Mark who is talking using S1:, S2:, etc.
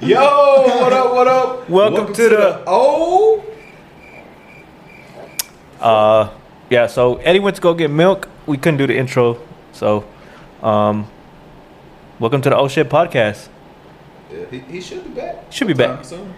S1: Yo, what up, what up?
S2: Welcome to the-
S1: Oh.
S2: Uh, yeah. So Eddie went to go get milk. We couldn't do the intro, so um, welcome to the Oh Shit Podcast.
S1: Yeah, he, he should be back.
S2: Should be
S1: sometime
S2: back.
S1: Soon.